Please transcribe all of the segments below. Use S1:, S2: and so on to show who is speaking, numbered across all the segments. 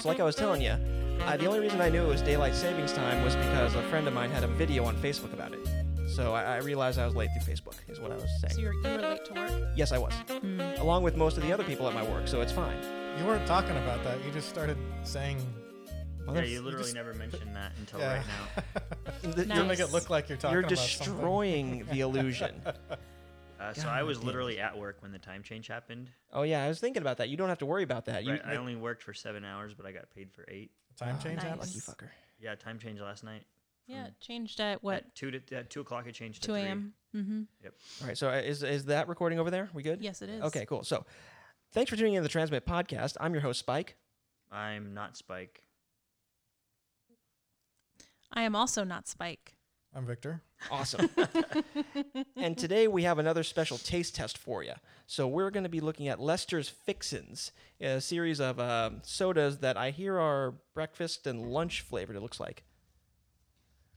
S1: So, like I was telling you, uh, the only reason I knew it was daylight savings time was because a friend of mine had a video on Facebook about it. So I, I realized I was late through Facebook, is what I was
S2: So
S1: saying.
S2: you Hmm. were, you were late to work.
S1: yes, I was, along with most of the other people at my work. So it's fine.
S3: You weren't talking about that. You just started saying.
S4: Yeah,
S1: Motherf-
S4: you literally
S3: just-
S4: never mentioned that until
S3: Yeah.
S4: right now.
S1: th-
S2: Nice.
S3: You make it look like you're
S1: You're,
S3: talking.
S1: you're
S3: about something.
S1: destroying the illusion.
S4: Uh, so
S1: God
S4: I was
S1: damn it.
S4: literally at work when the time change happened.
S1: Oh yeah, I was thinking about that. You don't have to worry about that. You
S4: Right, I
S1: make-
S4: only worked for seven hours, but I got paid for eight.
S3: Time
S1: Ah,
S3: change.
S2: Nice.
S1: that
S3: happened?
S1: Lucky fucker.
S4: Yeah, time change last night.
S2: Yeah, it changed at what?
S4: At two to at two o'clock. It changed to
S2: 2
S4: three.
S2: a.m. Mm-hmm.
S1: All right, so uh, is is that recording over there? We good?
S2: Yes, it is.
S1: Okay, cool. So, thanks for tuning in to the Transmit Podcast. I'm your host Spike.
S4: I'm not Spike.
S2: I am also not Spike.
S3: I'm Victor.
S1: Awesome. and today we have another special taste test for you. So we're going to be looking at Lester's Fixins, a series of uh, sodas that I hear are breakfast and lunch flavored. It looks like.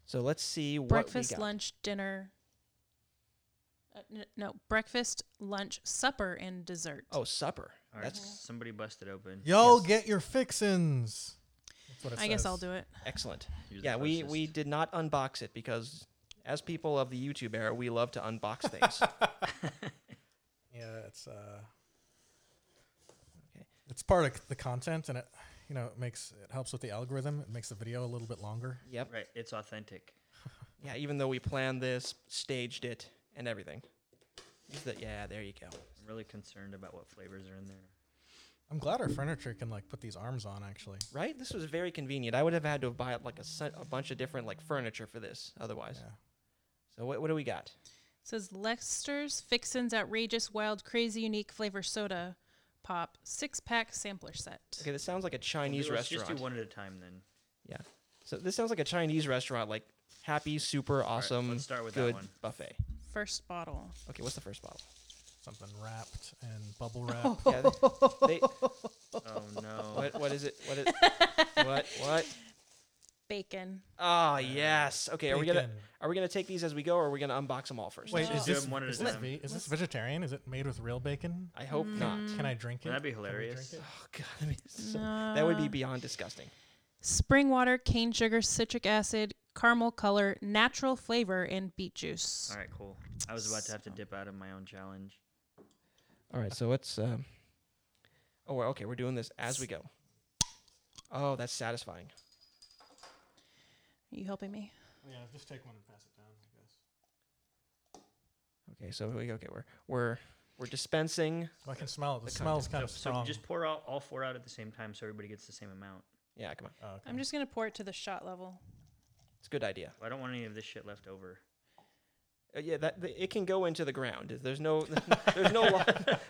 S1: So let's see what we
S2: Breakfast,
S1: got.
S2: lunch, dinner. Uh, n- no, breakfast, lunch, supper, and dessert.
S1: Oh, supper.
S4: All right,
S1: That's
S4: somebody bust it open.
S3: Yo,
S1: Yes.
S3: get your fixins. That's what it
S2: I guess I'll
S3: says.
S2: do it.
S1: excellent.
S4: You're the
S1: Yeah, we
S4: closest.
S1: we did not unbox it because as people of the YouTube era, we love to unbox things.
S3: Yeah, it's uh,
S1: Okay.
S3: it's part of the content, and it, you know, it makes it helps with the algorithm. It makes the video a little bit longer.
S1: yep.
S4: Right, it's authentic.
S1: Yeah, even though we planned this, staged it, and everything. Use the- yeah, there you go.
S4: I'm really concerned about what flavors are in there.
S3: I'm glad our furniture can like put these arms on. Actually,
S1: Right? This was very convenient. I would have had to have bought like a, set, a bunch of different like furniture for this otherwise.
S3: Yeah.
S1: So what, what do we got?
S2: says Lester's Fixin's Outrageous Wild Crazy Unique Flavor Soda Pop six pack sampler set.
S1: Okay, this sounds like a
S4: We'll
S1: Chinese
S4: do- let's
S1: restaurant.
S4: Just do one at a time then.
S1: Yeah. So this sounds like a Chinese restaurant, like happy, super awesome,
S4: let's start with that
S1: good
S4: one.
S1: buffet.
S2: First bottle.
S1: Okay, what's the first bottle?
S3: something wrapped and bubble wrap.
S1: Yeah, they, they-
S4: Oh no.
S1: what, what is it? What is what what?
S2: Bacon.
S1: Oh yes. Okay, are we gonna
S3: Bacon.
S1: are we gonna take these as we go, or are we gonna unbox them all first?
S3: Wait,
S2: Let's
S3: is
S4: do
S3: this,
S4: them one at a
S3: is, this,
S4: time.
S3: ve- is this vegetarian? Is it made with real bacon? Mm.
S1: I hope not.
S4: Mm.
S3: Can I drink it?
S4: That'd be
S3: Can we drink
S4: hilarious.
S3: it?
S1: Oh god, I mean, so- that would be beyond disgusting.
S2: Spring water, cane sugar, citric acid, caramel color, natural flavor, and beet juice.
S4: All right, cool. I was about to have to dip out of my own challenge.
S1: All right, so let's. Um, oh, we're- okay, we're doing this as we go. Oh, that's satisfying.
S2: Are you helping me?
S3: Yeah, just take one and pass it down. I guess.
S1: Okay, so we okay we're we're we're dispensing.
S3: So I can smell it. The, smell is kind of
S4: So
S3: strong.
S4: just pour all, all four out at the same time, so everybody gets the same amount.
S1: Yeah, come on,
S3: Oh, okay.
S2: I'm just gonna pour it to the shot level.
S1: it's a good idea.
S4: I don't want any of this shit left over.
S1: Uh, yeah, that the, it can go into the ground. There's no there's no law,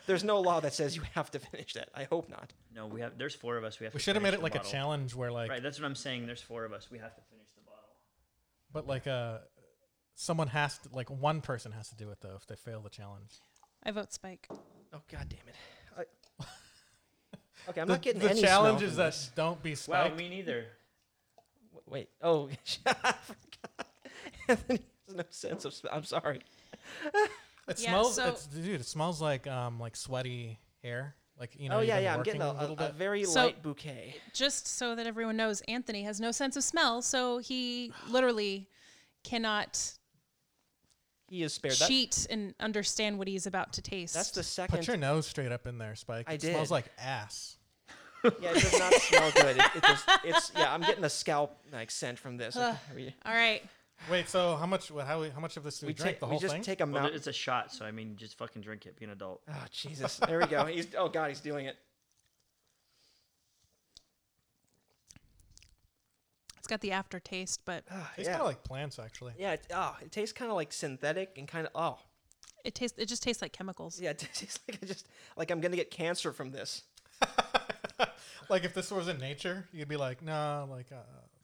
S1: there's no law that says you have to finish that. I hope not.
S4: No, we have. There's four of us. We have.
S3: we
S4: to
S3: should have made
S4: finish
S3: it
S4: the
S3: like
S4: bottle.
S3: a challenge where like,
S4: Right, that's what I'm saying. There's four of us. We have to finish the bottle.
S3: but like uh, someone has to like one person has to do it though if they fail the challenge.
S2: I vote Spike.
S1: Oh god damn it. I, okay, I'm
S3: the
S1: not getting
S3: the
S1: any smell
S3: challenge
S1: from
S3: is that
S1: this.
S3: don't be
S4: Wow,
S3: spiked.
S4: me neither.
S1: W- Wait. Oh, I forgot. Anthony has no sense of. Sm- I'm sorry.
S3: it
S2: Yeah,
S3: smells,
S2: so-
S3: it's, dude. It smells like um like sweaty hair. Like you know.
S1: oh
S3: you've
S1: yeah,
S3: been
S1: yeah. I'm getting a,
S3: working
S1: a,
S3: little
S1: a
S3: bit.
S1: very
S2: So-
S1: light bouquet.
S2: Just so that everyone knows, Anthony has no sense of smell, so he literally cannot
S1: He is spared. That,
S2: cheat and understand what he's about to taste.
S1: that's the second.
S3: Put your nose straight up in there, Spike.
S1: I
S3: it smells
S1: did.
S3: like ass.
S1: Yeah, it does not smell good. It, it just, it's yeah. I'm getting a scalp like scent from this.
S3: Ah.
S1: Okay, we
S2: All right.
S3: Wait, so how much? wha- How, how much of this do we,
S1: we,
S3: drink?
S1: take,
S3: the
S1: we
S3: whole
S1: just
S3: thing?
S1: take a
S4: Well,
S1: mouth.
S4: it's a shot, so I mean, just fucking drink it. Be an adult.
S1: oh Jesus! There we go. He's oh god, he's doing it.
S2: It's got the aftertaste, but
S1: Ah,
S3: Tastes
S1: yeah,
S3: kind of like plants, actually.
S1: yeah. It, oh, it tastes kind of like synthetic and kind of oh
S2: it tastes it just tastes like chemicals.
S1: yeah. It tastes like I just like I'm gonna get cancer from this.
S3: like if this was in nature, you'd be like, no, like uh,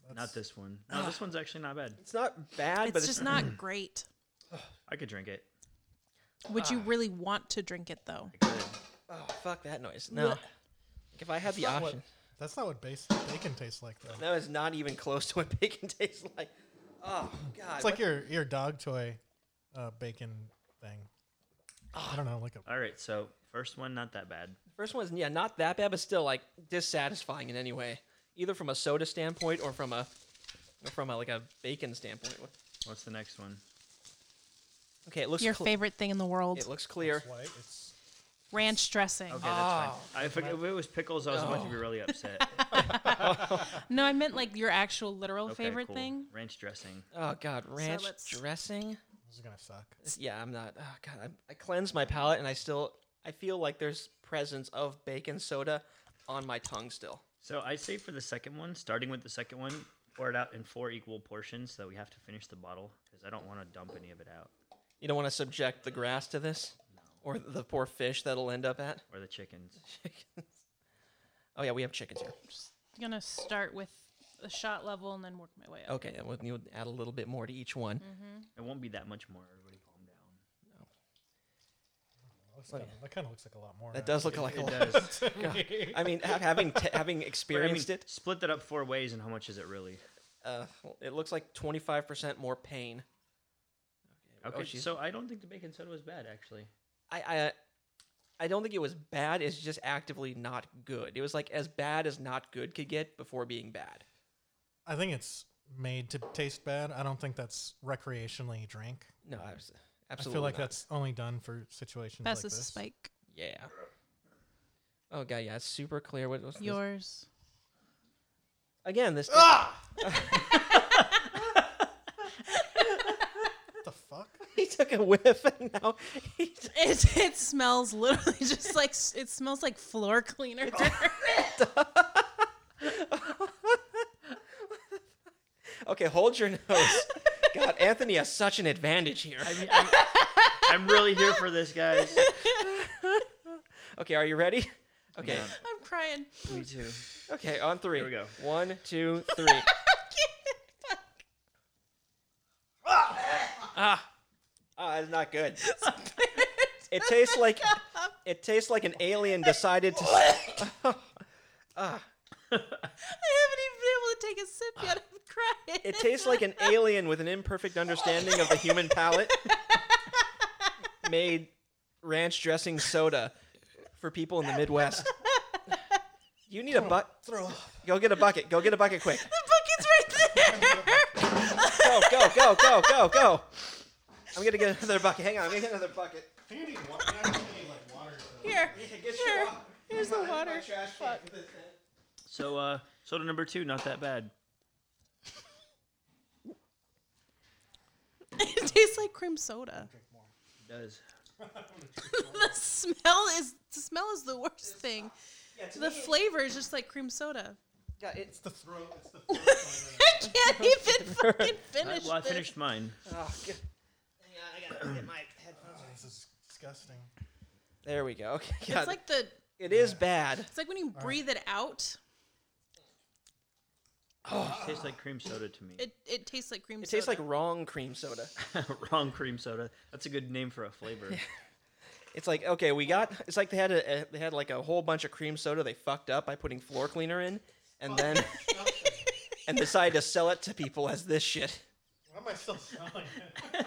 S3: that's, Ah.
S4: Not this one. No, this one's actually not bad.
S1: It's not bad, but
S2: It's just not great.
S4: I could drink it.
S2: Would
S1: Ah.
S2: you really want to drink it though?
S4: I could.
S1: oh fuck that noise. No, like, if I had the
S3: not what,
S1: option,
S3: that's not what base, bacon tastes like though.
S1: that is not even close to what bacon tastes like. Oh god,
S3: It's like
S1: what-
S3: your your dog toy uh, bacon thing. I don't know, like a
S4: All right, so first one, not that bad.
S1: first one's yeah not that bad, but still like dissatisfying in any way. either from a soda standpoint or from a or from a, like a bacon standpoint. What-
S4: What's the next one?
S1: Okay, it looks
S2: Your
S1: cle-
S2: favorite thing in the world,
S1: It looks clear.
S3: It's white. It's
S2: ranch dressing.
S4: Okay,
S3: Ah.
S4: that's fine. I forg- if it was pickles, I was about to be really upset.
S2: No, I meant like your actual literal
S4: Okay,
S2: favorite
S4: cool.
S2: thing.
S4: Ranch dressing.
S1: Oh God, ranch
S2: let's-
S1: dressing.
S3: this is gonna suck.
S1: It's- Yeah, I'm not. Oh God, I, I cleanse my palate and I still I feel like there's presence of bacon soda on my tongue still.
S4: So I say for the second one, starting with the second one, pour it out in four equal portions so we have to finish the bottle because I don't want to dump any of it out
S1: You don't want to subject the grass to this, or the poor fish that'll end up at.
S4: or the chickens.
S1: Chickens. Oh yeah, we have chickens here.
S2: I'm gonna start with the shot level and then work my way up.
S1: Okay, and we'll you'll add a little bit more to each one.
S4: It won't be that much more. Everybody calm down.
S3: Looks kinda- that kind of looks like a lot more.
S1: That does look like oh, a lot.
S4: It does.
S1: I mean, ha- having t- having
S4: But I mean,
S1: experienced it,
S4: split that up four ways, and how much is it really?
S1: uh, it looks like 25% more pain.
S4: Okay,
S1: she's-
S4: so I don't think the bacon soda was bad actually.
S1: I, I I don't think it was bad. It's just actively not good. It was like as bad as not good could get before being bad.
S3: I think it's made to taste bad. I don't think that's recreationally drank.
S1: No, I was,
S3: I
S1: absolutely.
S3: feel like
S1: not.
S3: that's only done for
S1: Oh,
S3: situations
S2: Pass
S3: like
S2: a
S3: this.
S2: spike.
S1: yeah. Oh god, yeah, it's super clear. What was this?
S2: Yours.
S1: again? This
S4: Ah!
S3: What the fuck?
S1: he took a whiff and now he
S2: It, it smells literally just like s- it smells like floor cleaner.
S1: Okay, hold your nose. God, Anthony has such an advantage here.
S4: I mean, I'm, I'm really here for this, guys.
S1: Okay, are you ready? Okay.
S4: Yeah.
S2: I'm crying.
S4: Me too.
S1: Okay, on three.
S4: Here we go.
S1: One, two, three. ah, ah, it's not good. It tastes like it tastes like an alien decided to.
S2: I haven't even been able to take a sip yet. I'm crying.
S1: It tastes like an alien with an imperfect understanding of the human palate made ranch dressing soda for people in the Midwest. You need a buck.
S3: Throw up.
S1: Go get a bucket. Go get a bucket quick.
S2: the bucket's right there.
S1: Go, go, go, go, go, go. I'm gonna get another bucket. Hang on, I'm gonna get another bucket.
S3: I think I need wa- I actually need, like, water. to-
S2: Here,
S1: Get
S2: here.
S1: up.
S2: Here's the water.
S4: So, uh, soda number two, not that bad.
S2: It tastes like cream soda.
S4: It does.
S2: The smell is the smell is the worst thing.
S1: Yeah, to
S2: The
S1: me,
S2: flavor is just like cream soda.
S1: yeah, it's-
S3: It's the throat. It's the throat.
S2: I can't even fucking
S4: I,
S2: finish
S4: well, I
S2: this.
S4: finished mine.
S1: oh, good. Hang on, I gotta get my headphones.
S3: Oh, this is disgusting.
S1: There we go. Okay,
S2: It's
S1: God,
S2: like the
S1: it is bad.
S2: it's like when you breathe it out,
S4: It tastes like cream soda to me.
S2: it, it tastes like cream
S1: It
S2: soda.
S1: tastes like wrong cream soda.
S4: Wrong cream soda. That's a good name for a flavor.
S1: It's like okay, we got. It's like they had a, a- they had like a whole bunch of cream soda they fucked up by putting floor cleaner in, and then and decided to sell it to people as this shit.
S3: Why am I still smelling it?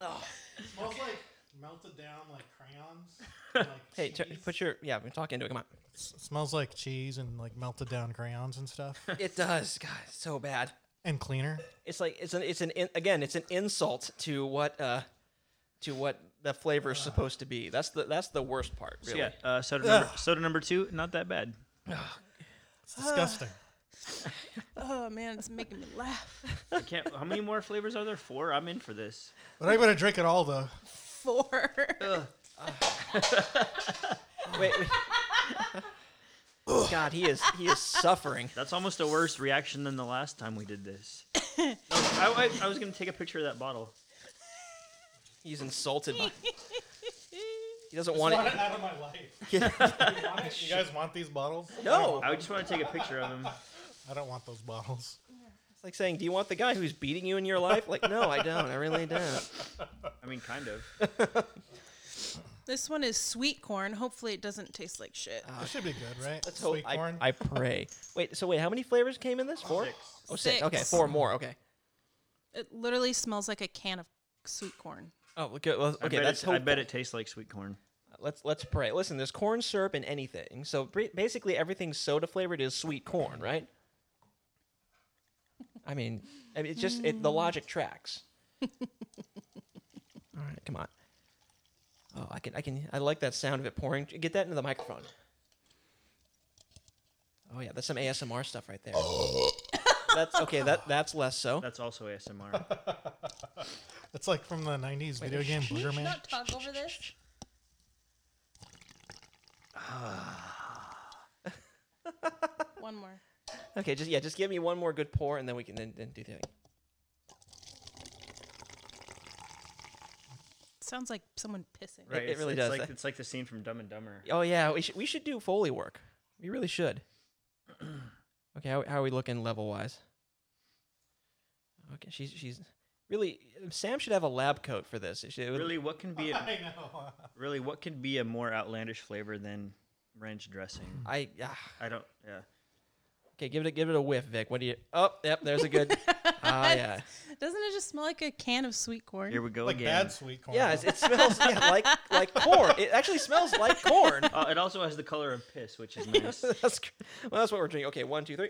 S3: Oh, Smells like melted down like crayons. and, Like
S1: Hey, t-
S3: cheese.
S1: put your yeah. I'm talking to it. Come on.
S3: S- smells like cheese and like melted down crayons and stuff.
S1: It does. God, it's so bad.
S3: and cleaner.
S1: It's like it's an it's an in, again it's an insult to what uh to what the flavor's supposed to be. That's the that's the worst part.
S4: So
S1: Really.
S4: yeah, uh, soda, number, soda number two, not that bad.
S3: It's disgusting.
S2: oh man, it's making me laugh.
S4: I can't. How many more flavors are there? Four. I'm in for this.
S3: but I'm gonna drink it all though.
S2: Four.
S1: Wait. wait. God, he is he is suffering.
S4: That's almost a worse reaction than the last time we did this. No, I, I- I was gonna take a picture of that bottle.
S1: He's insulted. By, he doesn't want it.
S3: out of my life. you guys want these bottles?
S1: No.
S4: I would just want to take a picture of him.
S3: I don't want those bottles.
S1: It's like saying, "Do you want the guy who's beating you in your life?" Like, no, I don't. I really don't.
S4: I mean, kind of.
S2: this one is sweet corn. Hopefully, it doesn't taste like shit.
S4: Uh.
S3: This should be good, right?
S1: So
S3: Sweet
S1: I,
S3: corn.
S1: I pray. Wait. So wait, how many flavors came in this? Four.
S4: Six.
S1: Oh, six.
S2: Six.
S1: Okay, four more. Okay.
S2: It literally smells like a can of sweet corn.
S1: Oh, okay. Well,
S4: I
S1: okay.
S4: bet
S1: That's
S4: it, I
S1: hopeful.
S4: bet it tastes like sweet corn.
S1: Let's let's pray. Listen, there's corn syrup in anything, so ba- basically everything soda flavored is sweet corn, right? I mean, I mean, it's just it, the logic tracks. All right, come on. Oh, I can, I can, I like that sound of it pouring. Get that into the microphone. Oh yeah, that's some ASMR stuff right there. that's okay. That that's less so.
S4: That's also ASMR.
S3: It's like from the '90s video game Booger Man.
S2: Not talk over this. One more.
S1: Okay, just yeah, just give me one more good pour, and then we can then, then do the thing.
S2: Sounds like someone pissing.
S4: Right.
S1: it
S4: it's-
S1: really
S4: it's
S1: does
S4: Like,
S1: that.
S4: it's like the scene from Dumb and Dumber.
S1: Oh yeah, we should we should do foley work. We really should. okay, how, how are we looking level wise? Okay, she's she's really Sam should have a lab coat for this. She would-
S4: Really, what can be a,
S3: I know.
S4: really what can be a more outlandish flavor than ranch dressing?
S1: I ah.
S4: I don't. Yeah.
S1: okay. Give it a, give it a whiff, Vic. What do you? Oh, yep. There's a good. Ah, yeah.
S2: Doesn't it just smell like a can of sweet corn?
S4: Here we go
S3: Like
S4: again.
S3: bad sweet corn.
S1: Yeah, it, it smells yeah, like like corn. It actually smells like corn.
S4: Oh, it also has the color of piss, which is nice.
S1: that's cr- well, that's what we're drinking. Okay, one, two, three.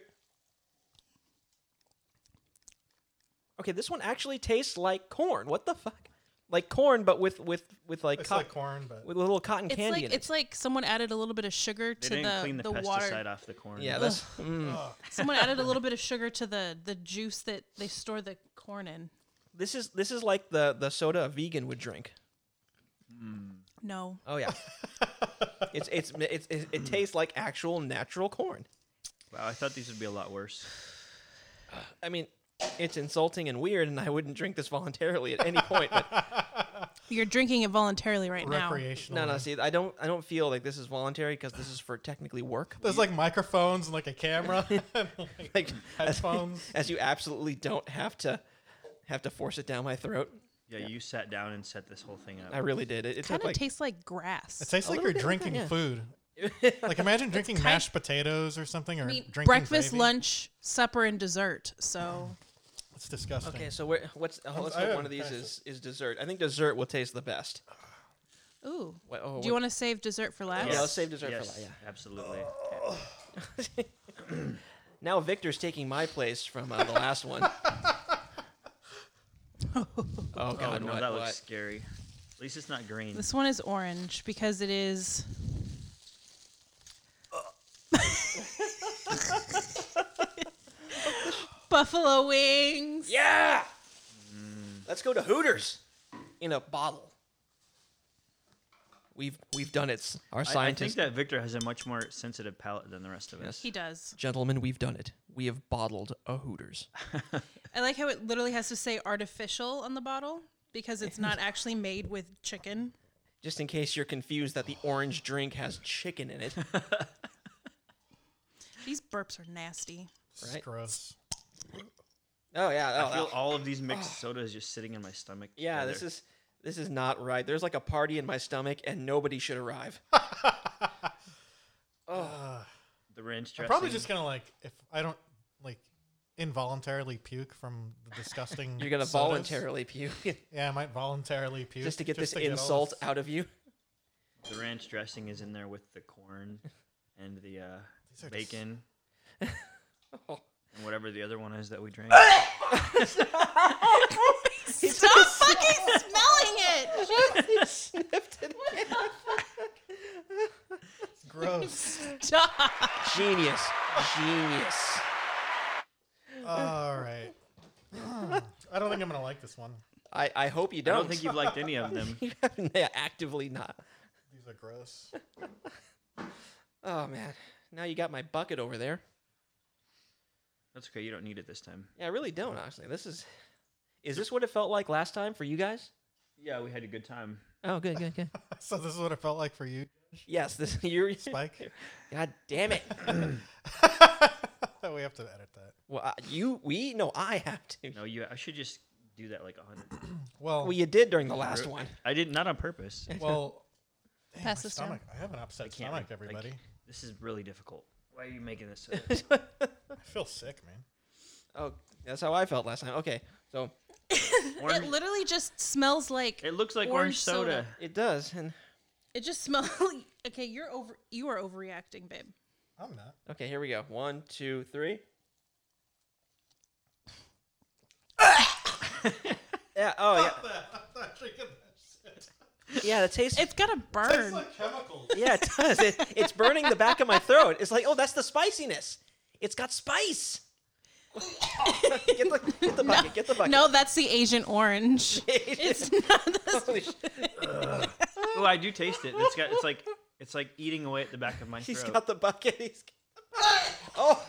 S1: Okay, this one actually tastes like corn. What the fuck? Like corn, but with with with like,
S3: it's
S1: cot-
S3: like corn, but
S1: with a little cotton
S2: it's
S1: candy
S2: like
S1: in
S2: it's like someone added a little bit of sugar to
S4: They didn't
S2: the
S4: clean the, pesticide
S2: water.
S4: off the corn.
S1: it. Yeah, that's mm.
S2: Someone added a little bit of sugar to the the juice that they store the corn in.
S1: this is this is like the the soda a vegan would drink.
S2: No,
S1: Oh yeah, it's, it's it's it's it tastes like actual natural corn.
S4: Wow, I thought these would be a lot worse.
S1: I mean, it's insulting and weird, and I wouldn't drink this voluntarily at any point. But
S2: you're drinking it voluntarily right now.
S3: recreational.
S1: no, no, see, I don't I don't feel like this is voluntary because this is for technically work.
S3: There's like microphones and like a camera, and, like,
S1: like
S3: headphones.
S1: as you absolutely don't have to have to force it down my throat.
S4: Yeah, you sat down and set this whole thing up.
S1: I really did. It, it
S2: Kind
S1: took
S2: of
S1: like
S2: tastes like
S3: It
S2: grass.
S3: tastes
S1: A
S3: like
S1: little
S3: you're
S1: bit like that,
S3: drinking
S1: yeah.
S3: food. Like imagine drinking
S2: kind-
S3: mashed potatoes or something, or
S2: I mean,
S3: drinking
S2: breakfast,
S3: gravy.
S2: lunch, supper, and dessert. So
S3: It's disgusting.
S1: okay. So we're, what's oh, let's
S3: I
S1: hope
S3: am
S1: one of these
S3: fascinated.
S1: is is dessert. I think dessert will taste the best.
S2: Ooh.
S1: What- oh,
S2: Do you
S1: what-
S2: want to save dessert for last?
S1: Yeah, let's save dessert for
S4: yes,
S1: la- yeah.
S4: Absolutely.
S1: Oh,
S4: Oh,
S1: now Victor's taking my place from uh, the last one. oh
S4: Oh,
S1: God!
S4: no,
S1: what,
S4: that
S1: what?
S4: looks scary. At least it's not green.
S2: This one is orange because it is. Buffalo wings.
S1: Yeah. Let's go to Hooters in a bottle. We've we've done it. s- Our
S4: I, I think
S1: scientists,
S4: that Victor has a much more sensitive palate than the rest of us.
S2: He does.
S1: gentlemen, we've done it. We have bottled a Hooters.
S2: I like how it literally has to say artificial on the bottle because it's not actually made with chicken.
S1: just in case you're confused that the orange drink has chicken in it.
S2: These burps are nasty.
S3: It's
S1: right.
S3: gross.
S1: oh yeah,
S4: I feel all of these mixed sodas just sitting in my stomach.
S1: yeah. This
S4: together.
S1: is this is not right. There's like a party in my stomach, and nobody should arrive.
S4: the ranch
S3: I'm
S4: dressing.
S3: probably just gonna like if I don't like involuntarily puke from the disgusting.
S1: You're gonna
S3: sodas.
S1: voluntarily puke
S3: Yeah, I might voluntarily puke
S1: just to get this
S3: all
S1: insult out of you.
S4: the ranch dressing is in there with the corn and the
S3: are
S4: uh,
S3: just-
S4: bacon
S1: Oh.
S4: and whatever the other one is that we drank.
S2: Stop fucking smelling it!
S1: He sniffed it.
S3: Gross.
S2: Stop.
S1: Genius, genius.
S3: all right. I don't think I'm gonna like this one.
S1: I, I hope you
S4: I
S1: don't.
S4: don't think you've liked any of them.
S1: you have yeah, actively not.
S3: These are gross.
S1: Oh man, now you got my bucket over there.
S4: That's okay. You don't need it this time.
S1: Yeah, I really don't honestly. This is. Is this what it felt like last time for you guys?
S4: Yeah, we had a good time.
S1: Oh, good, good, good.
S3: So this is what it felt like for you,
S1: Yes, this you're.
S3: Spike.
S1: God damn it!
S3: we have to edit that.
S1: Well, uh, you, we, no, I have to.
S4: No, you. I should just do that like a hundred.
S3: Well,
S1: Well, you did during the last one.
S4: I did not on purpose. I
S3: well. Damn,
S2: Pass
S3: my
S2: this down.
S3: stomach. I have an upset
S4: can't
S3: stomach,
S4: like-
S3: everybody.
S4: this is really difficult. Why are you making this? so-
S3: I feel sick, man.
S1: Oh, that's how I felt last time. Okay, so
S4: Orange.
S2: It literally just smells like
S4: It looks like orange,
S2: Orange
S4: soda.
S2: soda.
S1: it does, and
S2: It just smells. okay, you're over. You are overreacting, babe.
S3: I'm not.
S1: Okay, here we go. One, two, three. yeah. Oh, yeah.
S3: I'm not drinking that shit.
S1: Yeah. The taste.
S2: It's got to burn.
S3: chemicals.
S1: yeah, it does. It, it's burning the back of my throat. It's like, oh, that's the spiciness. It's got spice. get, the, get the bucket. Get the bucket.
S2: no, that's the Asian orange. it's not. The,
S1: Holy sh-
S4: Oh, I do taste it. It's got. It's like. It's like eating away at the back of my
S1: He's
S4: throat.
S1: got the bucket. He's. Oh,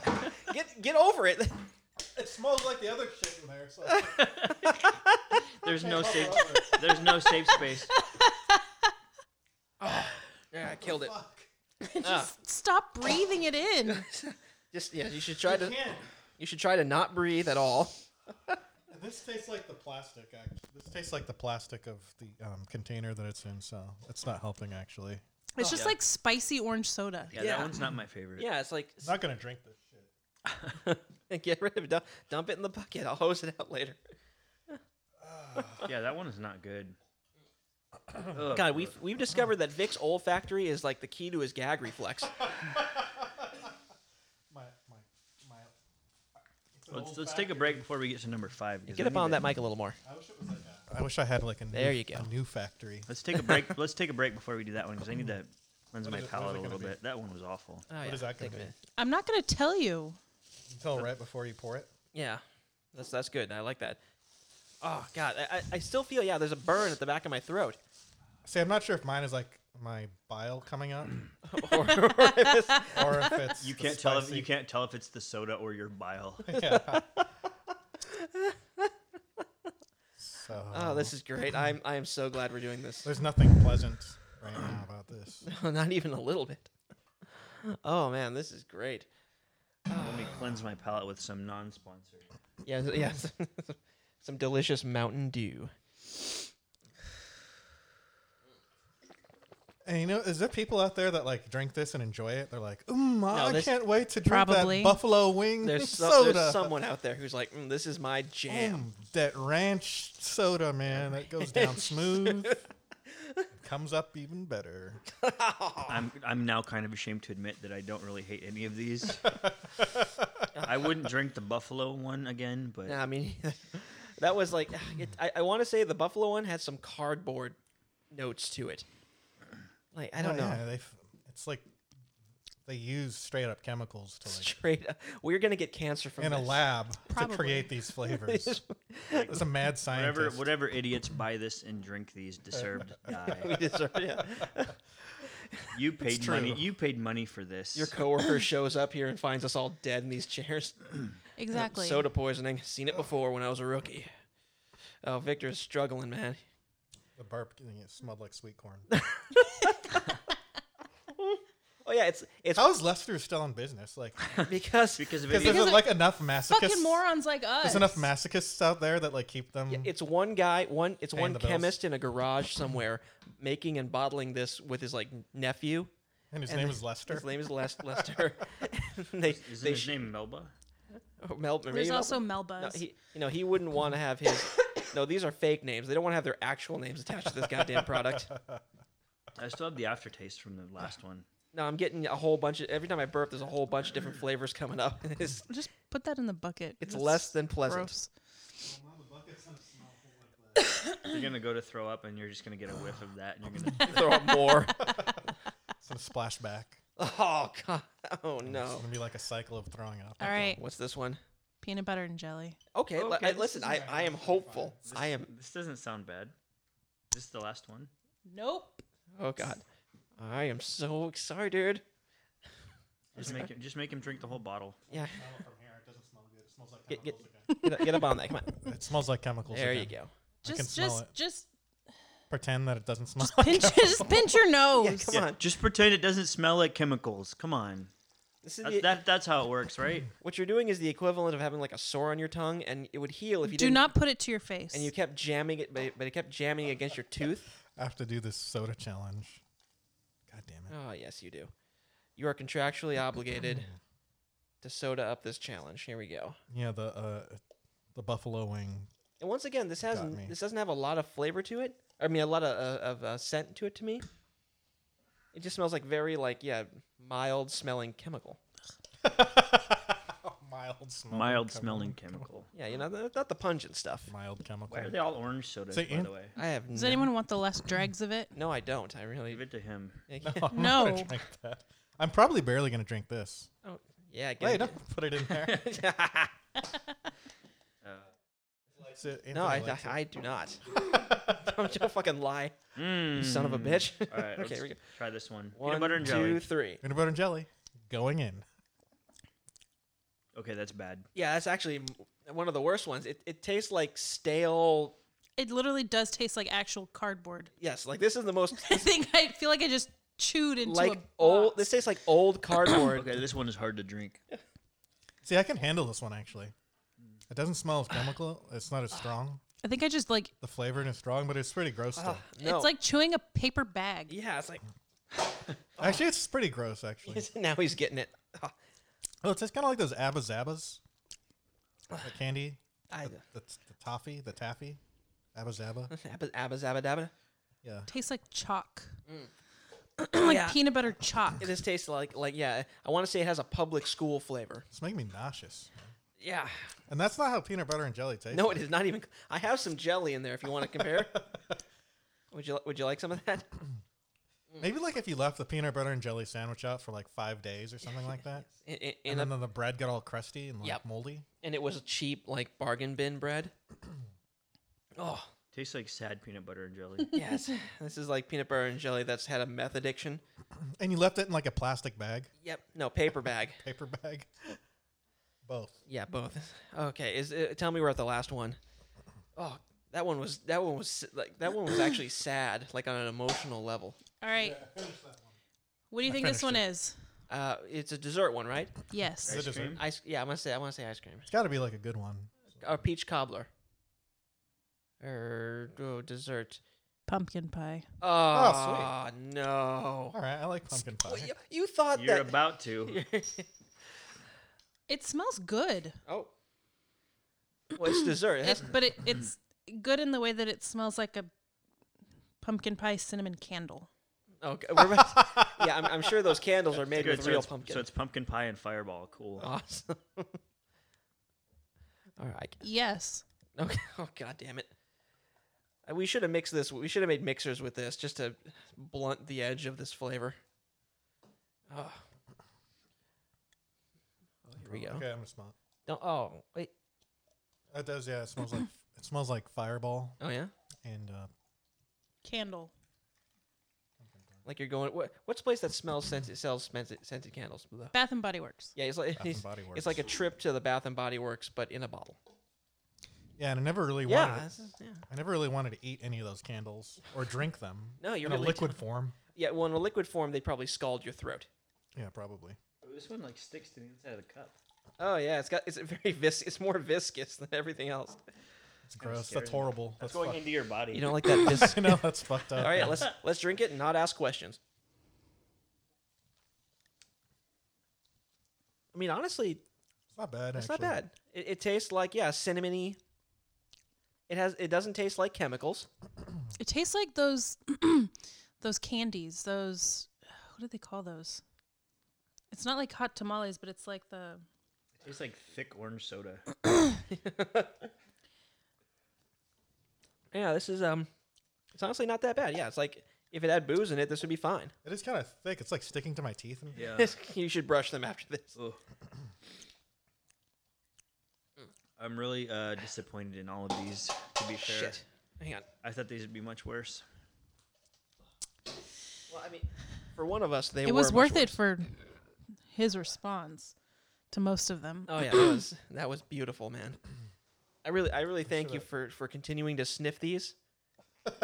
S1: get get over it.
S3: It smells like the other shit in there. So
S4: There's no safe. There's no safe space.
S1: Yeah, I killed it. Ah.
S2: stop breathing it in.
S1: Just yeah, you should try to you should try to not breathe at all.
S3: This tastes like the plastic. Actually, this tastes like the plastic of the um, container that it's in. So it's not helping. Actually,
S2: It's just
S4: Yeah.
S2: like spicy orange soda.
S4: Yeah,
S1: Yeah.
S4: that one's not my favorite.
S1: Yeah, it's like
S3: I'm not gonna drink this shit.
S1: get rid of it. Dump, dump it in the bucket. I'll hose it out later.
S4: Yeah, that one is not good.
S1: God, we've we've discovered that Vic's olfactory is like the key to his gag reflex.
S3: My my my. it's an
S4: Let's,
S3: old
S4: let's take a
S3: factory.
S4: break before we get to number five. because
S1: Get
S4: I
S1: up
S4: need
S1: on
S4: to-
S1: that mic a little more.
S3: I wish it was like a. I wish I had like a. New,
S1: There you go.
S3: A new factory.
S4: Let's take a break. let's take a break before we do that one because I need to cleanse my
S3: is it- what is
S4: palate
S3: it
S4: a
S3: gonna
S4: little
S3: be?
S4: bit. That one was awful.
S1: Oh,
S3: What
S1: yeah,
S3: is that
S1: take
S3: gonna
S1: a
S3: be?
S1: minute.
S2: I'm not gonna tell you.
S3: You tell right before you pour it.
S1: Yeah, that's that's good. I like that. Oh God, I, I- I still feel yeah. There's a burn at the back of my throat.
S3: See, I'm not sure if mine is like my bile coming up,
S1: Or- or if it's-
S3: or if it's
S4: You
S3: the
S4: can't tell if
S3: spicy-
S4: you can't tell if it's the soda or your bile.
S3: Yeah. so
S1: oh, this is great. I'm I am so glad we're doing this.
S3: there's nothing pleasant right now about this.
S1: Not even a little bit. Oh man, this is great.
S4: Let me cleanse my palate with some non-sponsored.
S1: Yeah, s- yeah. s- Some delicious Mountain Dew.
S3: And you know, is there people out there that like drink this and enjoy it? They're like, mm, I
S1: this-
S3: can't wait to drink
S2: Probably.
S3: that buffalo wing
S1: There's so,
S3: soda.
S1: there's someone out there who's like, mm, this is my jam.
S3: Mm, that ranch soda, man, that goes down smooth. Comes up even better.
S4: I'm I'm now kind of ashamed to admit that I don't really hate any of these. I wouldn't drink the buffalo one again,
S3: Mm.
S4: but
S1: Yeah, I mean, that was like, ah, it, I, I want to say the Buffalo one had some cardboard notes to it. Like I don't
S3: Oh,
S1: know.
S3: yeah, they f- it's like they use straight up chemicals to like
S1: Straight up, we're gonna get cancer from
S3: in a
S1: this.
S3: lab
S2: Probably.
S3: to create these flavors. It's a mad scientist.
S4: whatever whatever idiots buy this and drink these deserved die.
S1: Yes, sir, yeah.
S4: You paid money.
S3: true.
S4: You paid money for this.
S1: Your coworker shows up here and finds us all dead in these chairs.
S2: Exactly.
S1: Soda poisoning. Seen it before when I was a rookie. Oh, Victor's struggling, man.
S3: The burp getting it smelled like sweet corn.
S1: Oh yeah, it's it's
S3: How is Lester still in business? Like,
S1: because
S4: because of
S3: because
S4: idiots.
S3: there's
S2: Because
S3: like enough masochists.
S2: Fucking morons like us.
S3: There's enough masochists out there that like keep them.
S1: Yeah, it's one guy, one it's one
S3: the bills.
S1: chemist in a garage somewhere making and bottling this with his like nephew.
S3: and his
S1: and
S3: name
S1: the-
S3: is Lester.
S1: His name is Les- Lester. And they
S4: Isn't
S1: they
S4: his
S1: sh-
S4: name Melba?
S1: oh, Mel, maybe
S2: There's
S1: Mel-
S2: also
S1: no,
S2: Melba's.
S1: he, you know he wouldn't want to have his. no, these are fake names. They don't want to have their actual names attached to this goddamn product.
S4: I still have the aftertaste from the last one.
S1: No, I'm getting a whole bunch of every time I burp. There's a whole bunch of different flavors coming up. It's,
S2: Just put that in the bucket.
S1: it's
S2: That's
S1: less than pleasant.
S2: gross.
S4: You're gonna go to throw up, and you're just gonna get a whiff of that, and you're gonna.
S1: Throw up more.
S3: Some splashback.
S1: oh god. Oh no.
S3: It's gonna be like a cycle of throwing up.
S2: All right,
S1: What's this one?
S2: peanut butter and jelly.
S1: Okay, li-
S4: Okay,
S1: I-
S4: this
S1: listen.
S4: isn't
S1: I, I am hopeful. I am.
S4: This doesn't sound bad. This is the last one.
S2: Nope.
S1: Oh god. I am so excited.
S4: Just make him. Just make him drink the whole bottle.
S1: Yeah.
S3: From here, it doesn't smell good. It smells like
S1: Get- get- Get, up- get up on that. Come on.
S3: It smells like chemicals.
S1: There you
S3: again.
S1: go.
S3: can
S2: Just,
S3: smell
S2: just,
S3: it.
S2: just
S3: Pretend that it doesn't smell. like
S2: pinch, just pinch your
S1: Yeah,
S2: nose.
S1: come on.
S4: Just pretend it doesn't smell like chemicals. Come on.
S1: This is
S4: That,
S1: the-
S4: that that's how it works, right?
S1: what you're doing is the equivalent of having like a sore on your tongue, and it would heal if you
S2: Do
S1: didn't.
S2: not put it to your face.
S1: And you kept jamming it, but it, but it kept jamming against your tooth.
S3: I have to do this soda challenge. God damn it.
S1: Oh yes, you do. You are contractually obligated to soda up this challenge. Here we go.
S3: Yeah, the uh, the buffalo wing.
S1: And once again, this has
S3: Got
S1: n-
S3: me.
S1: this doesn't have a lot of flavor to it. I mean, a lot of, uh, of uh, scent to it to me. It just smells like very like yeah, mild smelling chemical.
S3: Oh, mild smelling.
S4: Mild
S3: chemical.
S4: smelling chemical.
S1: Yeah, you know, th- not the pungent stuff.
S3: Mild chemical.
S4: Why are they all orange sodas,
S3: Say,
S4: by
S3: Ian-
S4: the way?
S1: I have
S2: Does
S1: no,
S2: anyone want the less dregs of it?
S1: No, I don't. I really
S4: Leave it to him.
S3: Oh, I'm not gonna
S2: No.
S3: drink that. I'm probably barely gonna drink this.
S1: Oh, yeah,
S3: Wait,
S1: get
S3: don't put it in there.
S1: it.
S4: Uh,
S3: Likes it,
S1: no, I,
S3: Anthony likes
S1: I,
S3: it.
S1: I do not. don't, don't fucking lie, you son of a bitch.
S4: Hmm. all
S1: okay,
S4: right, Mm. okay,
S1: here we go.
S4: try this one.
S1: One,
S4: Peanut butter and jelly.
S1: two, three.
S3: Peanut butter and jelly going in.
S4: Okay, that's bad.
S1: Yeah, that's actually m- one of the worst ones. It, it tastes like stale.
S2: It literally does taste like actual cardboard.
S1: Yes, like this is the most
S2: I think I feel like I just chewed into a
S1: like
S2: box.
S1: old. This tastes like old cardboard.
S4: Okay, this one is hard to drink.
S3: See, I can handle this one actually. It doesn't smell as chemical. It's not as strong.
S2: I think I just like
S3: The flavor isn't as strong, but it's pretty gross still.
S1: No.
S2: it's like chewing a paper bag.
S1: yeah, it's like Ah.
S3: Actually, it's pretty gross actually.
S1: now he's getting it. Ah,
S3: Oh, it's kind of like those Abba Zabbas. The candy,
S1: I,
S3: the, the toffee, the taffy. Abba Zabba.
S1: abba, abba zabba dabba.
S3: Yeah.
S2: Tastes like chalk. like
S1: Mm. Yeah.
S2: peanut butter chalk.
S1: This tastes like like yeah. I want to say it has a public school flavor.
S3: It's making me nauseous.
S1: Yeah.
S3: And that's not how peanut butter and jelly tastes.
S1: No, it is not even. I have some jelly in there if you want to compare. would you Would you like some of that?
S3: Maybe like if you left the peanut butter and jelly sandwich out for like five days or something like that.
S1: In, in, in
S3: And
S1: a-
S3: then, the bread got all crusty and like
S1: Yep.
S3: moldy.
S1: and it was cheap like bargain bin bread. Oh
S4: Tastes like sad peanut butter and jelly.
S1: yes, this is like peanut butter and jelly that's had a meth addiction.
S3: And you left it in like a plastic bag,
S1: Yep. No paper bag.
S3: paper bag. Both.
S1: Yeah, both. Okay, is uh, tell me we're at the last one. Oh, that one was that one was like that one was actually sad, like on an emotional level.
S2: All right. What do you think this one
S3: finished it.
S2: is?
S1: Uh, it's a dessert one, right?
S2: Yes.
S3: It's
S4: Ice
S3: a dessert.
S4: cream?
S1: Ice. Yeah, I'm gonna say I want to say ice cream
S3: It's got to be like a good one.
S1: or peach cobbler. Or oh, dessert.
S2: Pumpkin pie.
S1: Oh, no!
S3: All right, I like pumpkin pie.
S1: Well, you, you thought
S4: You're
S1: that.
S4: about to.
S2: It smells good.
S1: oh. Well, it's dessert. It
S2: It,
S1: has,
S2: but it, it's good in the way that it smells like a pumpkin pie cinnamon candle.
S1: okay, we're about- yeah, I'm, I'm sure those candles are made
S4: Good,
S1: with
S4: so
S1: real
S4: it's-
S1: pumpkin.
S4: So it's pumpkin Uh, pie and fireball. Cool.
S1: awesome. All right, I can-
S2: Yes.
S1: Okay. Oh god damn it. Uh, We should have mixed this. We should have made mixers with this just to blunt the edge of this flavor. Oh. Here we go.
S3: Okay, I'm gonna smell. it.
S1: Don't, oh wait.
S3: It does, yeah. It smells like it smells like Fireball
S1: Oh yeah.
S3: and uh,
S2: Candle.
S1: Like you're going. What, what's the place that smells scented, sells scented, scented candles? Blah.
S2: Bath and Body Works.
S1: Yeah, it's like
S3: Bath and
S1: it's,
S3: Body
S1: it's like a
S3: Works.
S1: trip to the Bath and Body Works, but in a bottle.
S3: yeah. And I never really
S1: Yeah,
S3: wanted.
S1: this is- yeah.
S3: I never really wanted to eat any of those candles or drink them.
S1: No, you
S3: in
S1: really
S3: a liquid form.
S1: Yeah. Well, in a liquid form, they probably scald your throat.
S3: Yeah, probably.
S4: This one like sticks to the inside of the cup.
S1: Oh yeah, it's got it's very vis. It's more viscous than everything else.
S3: It's gross.
S4: scared.
S3: That's horrible.
S4: That's
S3: That's,
S4: going
S3: fucked.
S4: into your body.
S1: You don't like that vis.
S3: I know that's fucked up.
S1: All right, let's let's drink it and not ask questions. I mean, honestly,
S3: It's not bad.
S1: it's
S3: actually.
S1: not bad. It, it tastes like yeah, cinnamony. It has. It doesn't taste like chemicals.
S2: It tastes like those those candies, those what do they call those? It's not like hot tamales, but it's like the
S4: It tastes like thick orange soda.
S1: Yeah, this is um. It's honestly not that bad. Yeah, it's like if it had booze in it, this would be fine.
S3: It is kind of thick. It's like sticking to my teeth. And
S4: Yeah.
S1: you should brush them after this.
S4: Ugh. I'm really uh, disappointed in all of these. To be fair,
S1: Shit. Hang on.
S4: I thought these would be much worse.
S1: Well, I mean, for one of us, they
S2: It,
S1: were
S2: was
S1: much
S2: worth it
S1: worse.
S2: for his response to most of them.
S1: Oh yeah, that was that was beautiful, man. I really I really thank you for for continuing to sniff these.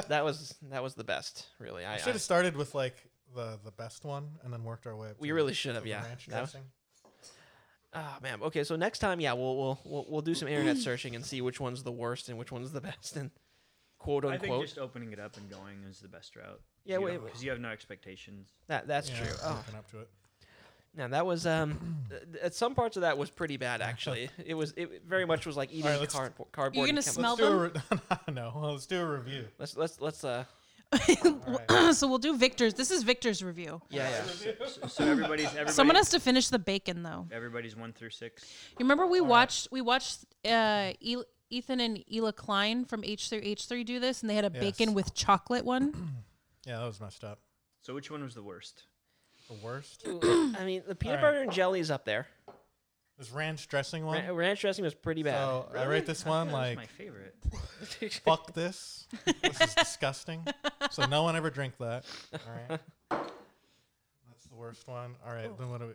S1: That was that was the best, really. I,
S3: I
S1: I
S3: should have started with like the the best one and then worked our way. up
S1: We
S3: to
S1: really
S3: the-
S1: should have,
S3: to the
S1: yeah.
S3: ranch
S1: That was-
S3: dressing.
S1: oh man. Okay, so next time, yeah, we'll we'll we'll, we'll do some internet searching and see which one's the worst and which one's the best and quote
S4: I think
S1: unquote.
S4: just opening it up and going is the best route.
S1: Yeah, wait, wait.
S4: because you have no expectations.
S1: That that's
S3: Yeah,
S1: true.
S3: it's
S1: Oh,
S3: working up to it.
S1: now that was um, th- th- some parts of that was pretty bad actually. It was it very much was like eating
S3: right, let's-
S1: cardboard. cardboard
S2: You're
S1: and
S2: gonna
S1: chemicals.
S2: smell-
S3: Let's do a re- no, let's do a review.
S1: Let's let's let's uh
S2: so we'll do Victor's. This is Victor's review.
S1: Yeah, yeah.
S4: So, so everybody's everybody's,
S2: Someone has to finish the bacon though.
S4: everybody's one through six.
S2: You remember we watched we watched uh, E- Ethan and Ela Klein from H three H three do this, and they had a
S3: Yes.
S2: bacon with chocolate one.
S3: Yeah, that was messed up.
S4: So which one was the worst?
S3: The worst.
S1: I mean, the peanut
S3: All right.
S1: butter and jelly is up there.
S3: This ranch dressing one.
S1: Ra- ranch dressing was pretty bad.
S3: So I rate this one
S4: That was
S3: like
S4: my favorite.
S3: fuck this. This is disgusting. So no one ever drink that. All right. That's the worst one. All right. Then what do we?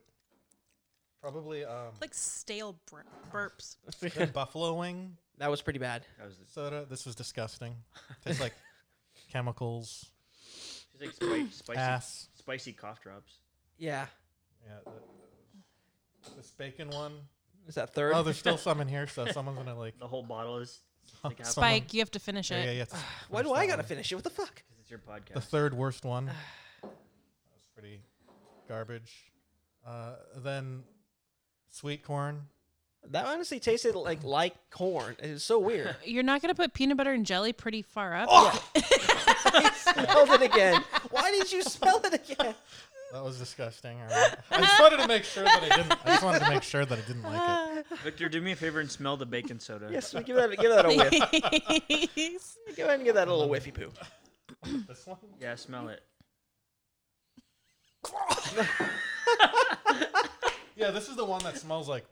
S3: Probably um
S2: like stale bur- burps.
S3: then buffalo wing
S1: that was pretty bad.
S4: That was the,
S3: soda. This was disgusting. Tastes like chemicals,
S4: she's like spi- spicy
S3: ass.
S4: spicy cough drops.
S1: Yeah.
S3: Yeah. that- that was- This bacon one.
S1: Is that third?
S3: Oh, there's still some in here, so someone's gonna like.
S4: The whole bottle is like half
S3: Someone-
S2: Spike, you have to finish
S3: Yeah, yeah,
S2: it.
S3: yeah. it's-
S1: Why do
S3: finish
S1: I
S3: that
S1: gotta
S3: one.
S1: finish it? What the fuck?
S4: because it's your podcast.
S3: The third worst one. that was pretty garbage. Uh, then sweet corn.
S1: That honestly tasted like like corn. It was so weird.
S2: You're not gonna put peanut butter and jelly pretty far up.
S1: smelled it again. Why did you smell it again?
S3: That was disgusting. all right. I just wanted to make sure that I didn't. I just wanted to make sure that I didn't like it.
S4: Victor, do me a favor and smell the bacon soda.
S1: Yes, we give that give that a whiff.
S2: Please.
S1: Go ahead and give that a little whiffy poo.
S3: This one.
S4: Yeah, smell it.
S3: Yeah, this is the one that smells like,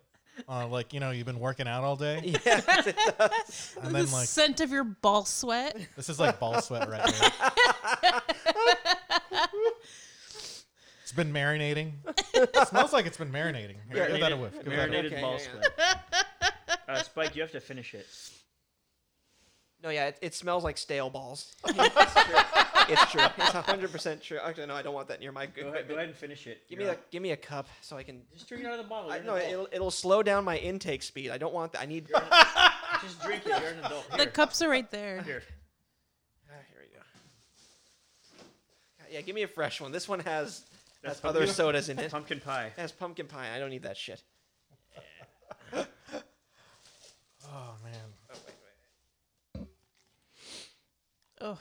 S3: uh, like you know, you've been working out all day,
S1: Yeah, it does.
S3: and then
S2: the
S3: like
S2: scent of your ball sweat.
S3: this is like ball sweat right here. It's been marinating. It smells like it's been marinating. Here, give that a
S4: Marinated-
S3: whiff. Give that a whiff.
S4: Marinated
S1: Okay,
S4: ball
S1: yeah, yeah.
S4: sweat. Uh, Spike, you have to finish it.
S1: No, yeah, it, it smells like stale balls. it's true. It's true. It's hundred percent true. Actually, no, I don't want that near my
S4: Go
S1: good.
S4: ahead, go ahead and finish it.
S1: Give me
S4: You're
S1: a give me a cup so I can.
S4: on- Just drink it out of the bottle.
S1: I,
S4: You're an
S1: no,
S4: adult.
S1: it'll it'll slow down my intake speed. I don't want that. I need. Ah,
S4: Just drink it. You're an adult.
S2: The
S4: Here,
S2: cups are right there.
S4: here.
S1: Ah, here we go. Yeah, give me a fresh one. This one has
S4: That's
S1: has other
S4: pumpkin-
S1: sodas in it.
S4: Pumpkin pie.
S1: It has pumpkin pie. I don't need that shit.
S3: Oh man.
S2: Oh.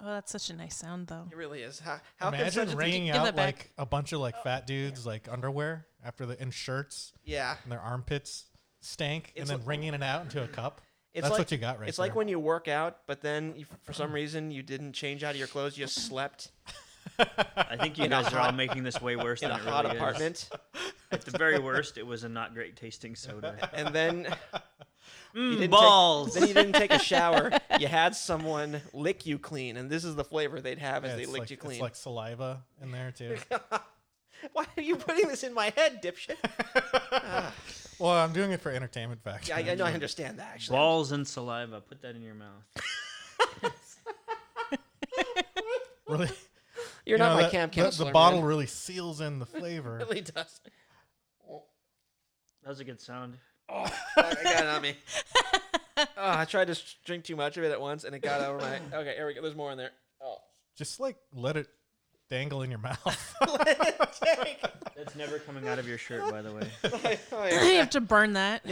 S2: oh, that's such a nice sound though.
S1: It really is. How, how can such
S3: Imagine
S1: a
S3: wringing
S2: give
S3: out
S2: that back.
S3: like a bunch of like
S1: Oh,
S3: fat dudes like underwear after the in shirts
S1: yeah?
S3: and their armpits stank
S1: It's
S3: and then
S1: like-
S3: wringing it out into a cup.
S1: It's
S3: That's
S1: like,
S3: what you got right
S1: It's like
S3: there.
S1: when you work out, but then you, for some reason you didn't change out of your clothes. You just slept
S4: I think you guys are all making this way worse
S1: in
S4: than
S1: a
S4: it really
S1: hot
S4: is.
S1: apartment,
S4: At the very worst, it was a not great tasting soda.
S1: and then you
S4: Mm,
S1: didn't
S4: balls.
S1: Take, then you didn't take a shower. You had someone lick you clean, and this is the flavor they'd have as
S3: Yeah,
S1: they
S3: it's
S1: licked
S3: like,
S1: you clean.
S3: It's like saliva in there too.
S1: Why are you putting this in my head, dipshit?
S3: well, I'm doing it for entertainment factor.
S1: Yeah, I, I know. I understand that. Actually,
S4: balls and saliva. Put that in your mouth.
S3: Really,
S1: you're
S3: you
S1: not
S3: know,
S1: my
S3: that-
S1: camp
S3: the-
S1: counselor.
S3: The bottle
S1: man.
S3: really seals in the flavor.
S1: really does.
S4: That was a good sound.
S1: I I got it on me. Oh, I tried to s- drink too much of it at once, and it got over my. Okay, here we go. There's more in there. Oh.
S3: Just like let it dangle in your mouth.
S4: That's never coming out of your shirt, by the way.
S1: oh,
S2: you
S1: yeah.
S2: have to burn that.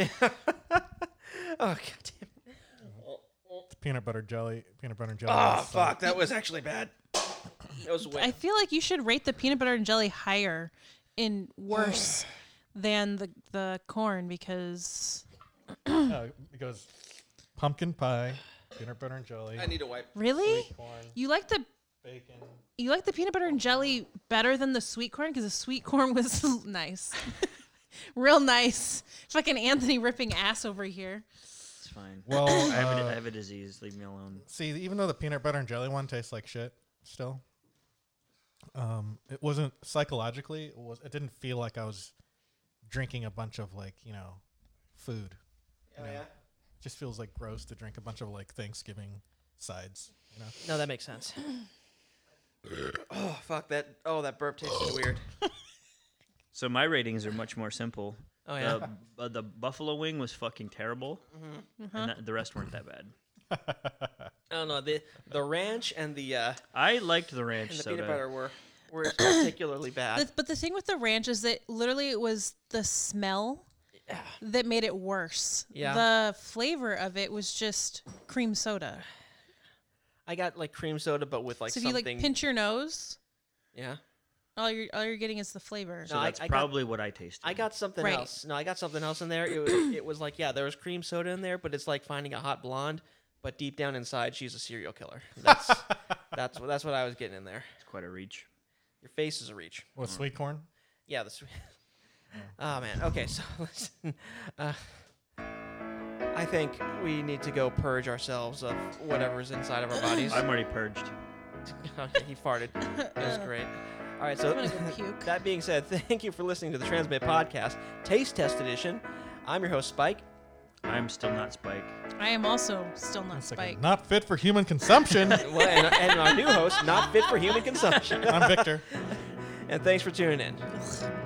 S1: Oh, God damn it.
S3: peanut butter jelly. Peanut butter jelly. uh,
S1: Oh,
S3: is like-
S1: fuck. That was actually bad. That was
S2: I
S1: wet.
S2: feel like you should rate the peanut butter and jelly higher in worse than the the corn because
S3: no, uh, it goes pumpkin pie, peanut butter and jelly,
S1: I need a wipe.
S2: really
S3: corn,
S2: you like the
S3: bacon.
S2: you like the peanut butter and jelly better than the sweet corn because the sweet corn was nice, real nice. Fucking Anthony ripping ass over here.
S4: It's fine.
S3: Well,
S4: I have, a, I
S3: uh,
S4: have a disease. Leave me alone.
S3: see, even though the peanut butter and jelly one tastes like shit, still, um, it wasn't psychologically. It was. It didn't feel like I was drinking a bunch of like you know, food.
S1: Oh,
S3: yeah? It just feels like gross to drink a bunch of like Thanksgiving sides. You know.
S1: No, that makes sense. oh, fuck. That. Oh, that burp tasted weird.
S4: So my ratings are much more simple.
S1: Oh, yeah.
S4: The, uh, the buffalo wing was fucking terrible,
S1: Mm-hmm.
S4: and that, the rest weren't that bad.
S1: I don't know. Oh, The, the ranch and the, uh,
S4: I liked the ranch
S1: and the
S4: soda.
S1: peanut butter were, were particularly bad.
S2: The- but the thing with the ranch is that literally it was the smell that made it worse.
S1: Yeah.
S2: The flavor of it was just cream soda.
S1: I got like cream soda, but with like
S2: so if you
S1: something.
S2: like pinch your nose,
S1: yeah,
S2: all you're all you're getting is the flavor.
S4: So
S1: No, I-
S4: that's
S1: I got-
S4: probably what I tasted.
S1: I got something
S2: Right.
S1: else. No, I got something else in there. It was, it was like yeah, there was cream soda in there, but it's like finding a hot blonde. But deep down inside, she's a serial killer. That's that's what that's what I was getting in there.
S4: It's quite a reach.
S1: Your face is a reach.
S3: With sweet corn?
S1: Yeah, the sweet. Oh man. Okay, so listen. Uh, I think we need to go purge ourselves of whatever's inside of our bodies.
S4: I'm already purged.
S1: Okay, he farted. It was great. All right, so
S2: I'm gonna go puke.
S1: that being said, thank you for listening to the Transmit Podcast, Taste Test Edition. I'm your host, Spike.
S4: I'm still not Spike.
S2: I am also still not
S3: That's like
S2: Spike.
S3: a not fit for human consumption.
S1: Well, and, and our new host, not fit for human consumption.
S3: I'm Victor.
S1: And thanks for tuning in.
S2: Ugh.